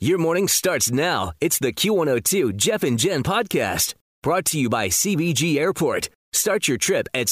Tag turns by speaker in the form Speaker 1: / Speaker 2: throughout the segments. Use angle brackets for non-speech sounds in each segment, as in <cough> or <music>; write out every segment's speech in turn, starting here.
Speaker 1: Your morning starts now. It's the Q102 Jeff and Jen podcast brought to you by CBG Airport. Start your trip at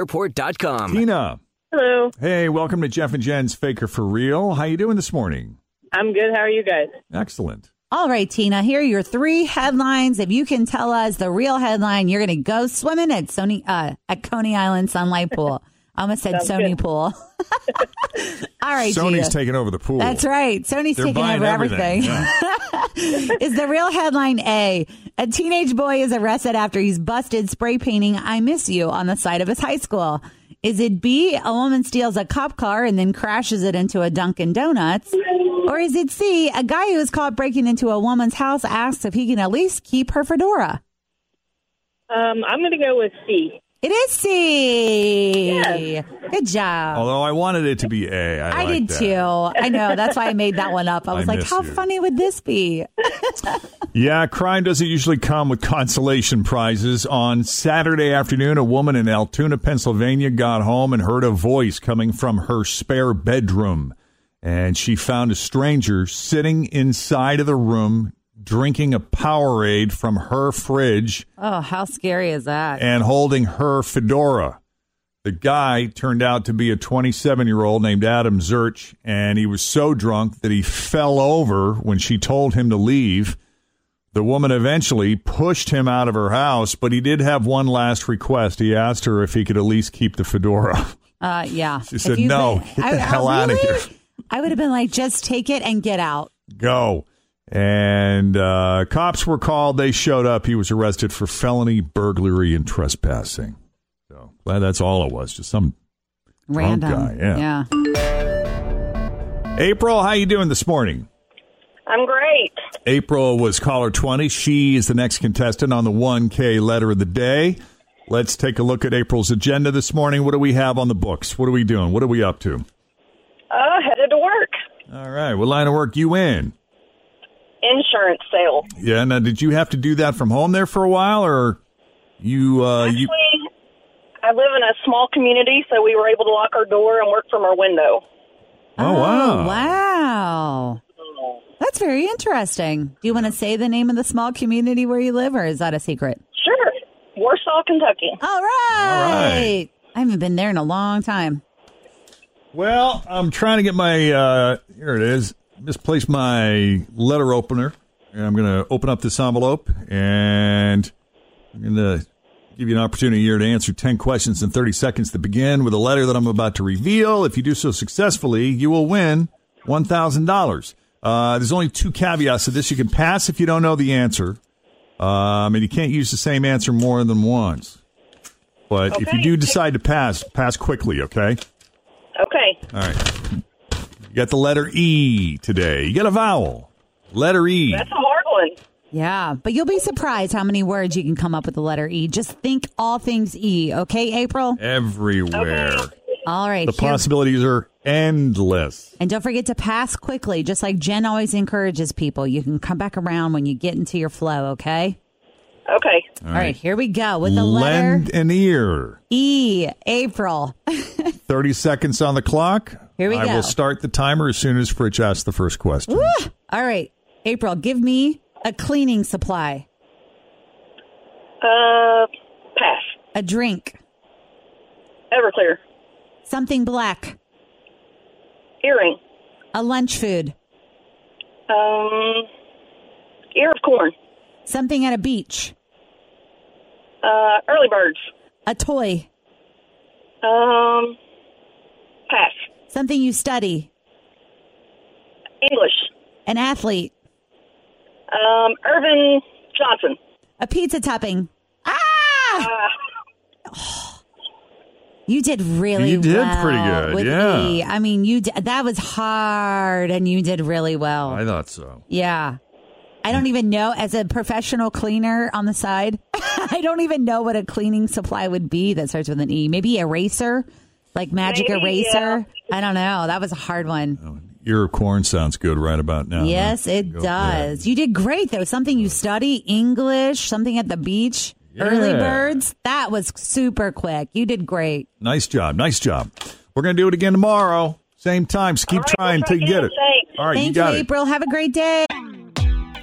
Speaker 1: CBGAirport.com.
Speaker 2: Tina.
Speaker 3: Hello.
Speaker 2: Hey, welcome to Jeff and Jen's Faker for Real. How you doing this morning?
Speaker 3: I'm good. How are you guys?
Speaker 2: Excellent.
Speaker 4: All right, Tina, here are your three headlines. If you can tell us the real headline, you're going to go swimming at Sony uh, at Coney Island Sunlight Pool. I almost said
Speaker 3: Sounds
Speaker 4: Sony
Speaker 3: good.
Speaker 4: Pool. <laughs> All right,
Speaker 2: Sony's
Speaker 4: Tina.
Speaker 2: taking over the pool.
Speaker 4: That's right. Sony's
Speaker 2: They're
Speaker 4: taking
Speaker 2: buying
Speaker 4: over everything. <laughs>
Speaker 2: Yeah.
Speaker 4: is the real headline A. A teenage boy is arrested after he's busted spray painting I miss you on the side of his high school. Is it B, a woman steals a cop car and then crashes it into a Dunkin' Donuts? Or is it C, a guy who is caught breaking into a woman's house asks if he can at least keep her fedora?
Speaker 3: Um, I'm going to go with C.
Speaker 4: It is C.
Speaker 3: Yes.
Speaker 4: Good job.
Speaker 2: Although I wanted it to be A. Oh, I,
Speaker 4: I
Speaker 2: like
Speaker 4: did
Speaker 2: that.
Speaker 4: too. I know. That's why I made that one
Speaker 2: <laughs>
Speaker 4: up. I
Speaker 2: I
Speaker 4: was like,
Speaker 2: miss
Speaker 4: how
Speaker 2: you.
Speaker 4: funny would this be?
Speaker 2: Yeah, crime doesn't usually come with consolation prizes. On Saturday afternoon, a woman in Altoona, Pennsylvania got home and heard a voice coming from her spare bedroom. And she found a stranger sitting inside of the room drinking a Powerade from her fridge
Speaker 4: Oh, how scary is that?
Speaker 2: and holding her fedora. The guy turned out to be a 27 year old named Adam Zirch, and he was so drunk that he fell over when she told him to leave. The woman eventually pushed him out of her house, but he did have one last request. He asked her if he could at least keep the fedora. <laughs>
Speaker 4: Uh, yeah.
Speaker 2: She
Speaker 4: If
Speaker 2: said,
Speaker 4: you-
Speaker 2: "No, get the hell outta here."
Speaker 4: <laughs> I would have been like, just take it and get out.
Speaker 2: Go. And uh, cops were called. They showed up. He was arrested for felony burglary and trespassing. So well, that's all it was. Just some Drunk
Speaker 4: Random.
Speaker 2: guy, yeah. April, how you doing this morning?
Speaker 3: I'm great.
Speaker 2: April was caller 20. She is the next contestant on the 1K letter of the day. Let's take a look at April's agenda this morning. What do we have on the books? What are we doing? What are we up to?
Speaker 3: Uh, headed to work.
Speaker 2: All right. What line of work you in?
Speaker 3: Insurance sale.
Speaker 2: Yeah. Now, did you have to do that from home there for a while, or you? Uh, you
Speaker 3: Actually, I live in a small community, so we were able to lock our door and work from our window.
Speaker 2: oh wow!
Speaker 4: uh, Wow. That's very interesting. Do you want to say the name of the small community where you live, or is that a secret?
Speaker 3: Sure. Warsaw, Kentucky.
Speaker 4: All right.
Speaker 2: right.
Speaker 4: I haven't been there in a long time.
Speaker 2: Well, I'm trying to get my uh here it is. Misplaced my letter opener. And I'm gonna open up this envelope and I'm gonna give you an opportunity here to answer ten questions in thirty seconds to begin with a letter that I'm about to reveal. If you do so successfully, you will win one thousand dollars. Uh there's only two caveats to this. You can pass if you don't know the answer. Um and you can't use the same answer more than once. But if you
Speaker 3: Okay.
Speaker 2: do decide to pass, pass quickly, okay?
Speaker 3: Okay.
Speaker 2: All right. You got the letter E today. You got a vowel. Letter E.
Speaker 3: That's a hard one.
Speaker 4: Yeah, but you'll be surprised how many words you can come up with the letter E. Just think all things E, okay, April?
Speaker 2: Everywhere.
Speaker 4: All right.
Speaker 2: The
Speaker 4: here-
Speaker 2: possibilities are endless.
Speaker 4: And don't forget to pass quickly, just like Jen always encourages people. You can come back around when you get into your flow, okay?
Speaker 3: Okay.
Speaker 4: All right, here we go with the letter
Speaker 2: Lend an ear.
Speaker 4: E, April. <laughs>
Speaker 2: 30 seconds on the clock.
Speaker 4: Here we
Speaker 2: I
Speaker 4: go.
Speaker 2: will start the timer as soon as Fritch asks the first question.
Speaker 4: All right, April, give me a cleaning supply,
Speaker 3: Uh, pass.
Speaker 4: a drink,
Speaker 3: Everclear.
Speaker 4: something black,
Speaker 3: Earring.
Speaker 4: a lunch food,
Speaker 3: Uh, Um, ear of corn.
Speaker 4: Something at a beach.
Speaker 3: Uh, early birds.
Speaker 4: A toy.
Speaker 3: Um, pass.
Speaker 4: Something you study.
Speaker 3: English.
Speaker 4: An athlete.
Speaker 3: Um, Irvin Johnson. Uh,
Speaker 4: A pizza topping. Ah! You did really
Speaker 2: You did
Speaker 4: well
Speaker 2: pretty good,
Speaker 4: with
Speaker 2: yeah.
Speaker 4: E. I mean, you did, that was hard and you did really well.
Speaker 2: I thought so.
Speaker 4: yeah. I don't even know as a professional cleaner on the side. <laughs> I don't even know what a cleaning supply would be that starts with an E. Maybe eraser, like magic
Speaker 3: Maybe,
Speaker 4: eraser. I don't know. That was a hard one.
Speaker 2: Ear of corn sounds good right about now.
Speaker 4: Yes, it
Speaker 2: Oh, Go-
Speaker 4: does. You did great though. Something you study, English, something at the beach, early
Speaker 2: Yeah.
Speaker 4: birds. That was super quick. You did great.
Speaker 2: Nice job. Nice job. We're going to do it again tomorrow. Same time. So keep
Speaker 3: right,
Speaker 2: trying
Speaker 3: we'll
Speaker 2: till you
Speaker 3: try
Speaker 2: get
Speaker 3: again.
Speaker 2: it.
Speaker 3: Thanks.
Speaker 2: All right, you
Speaker 4: Thank you,
Speaker 2: got it.
Speaker 4: April. Have a great day.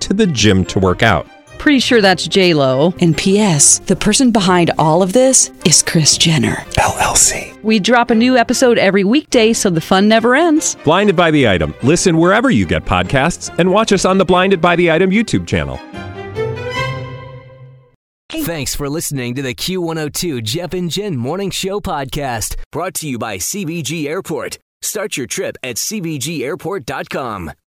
Speaker 5: to the gym to work out.
Speaker 6: Pretty sure that's J Lo.
Speaker 7: And P.S. The person behind all of this is Chris Jenner.
Speaker 5: LLC.
Speaker 6: We drop a new episode every weekday, so the fun never ends.
Speaker 5: Blinded by the item. Listen wherever you get podcasts, and watch us on the Blinded by the Item YouTube channel.
Speaker 1: Thanks for listening to the Q102 Jeff and Jen Morning Show podcast, brought to you by CBG Airport. Start your trip at CBGAirport.com.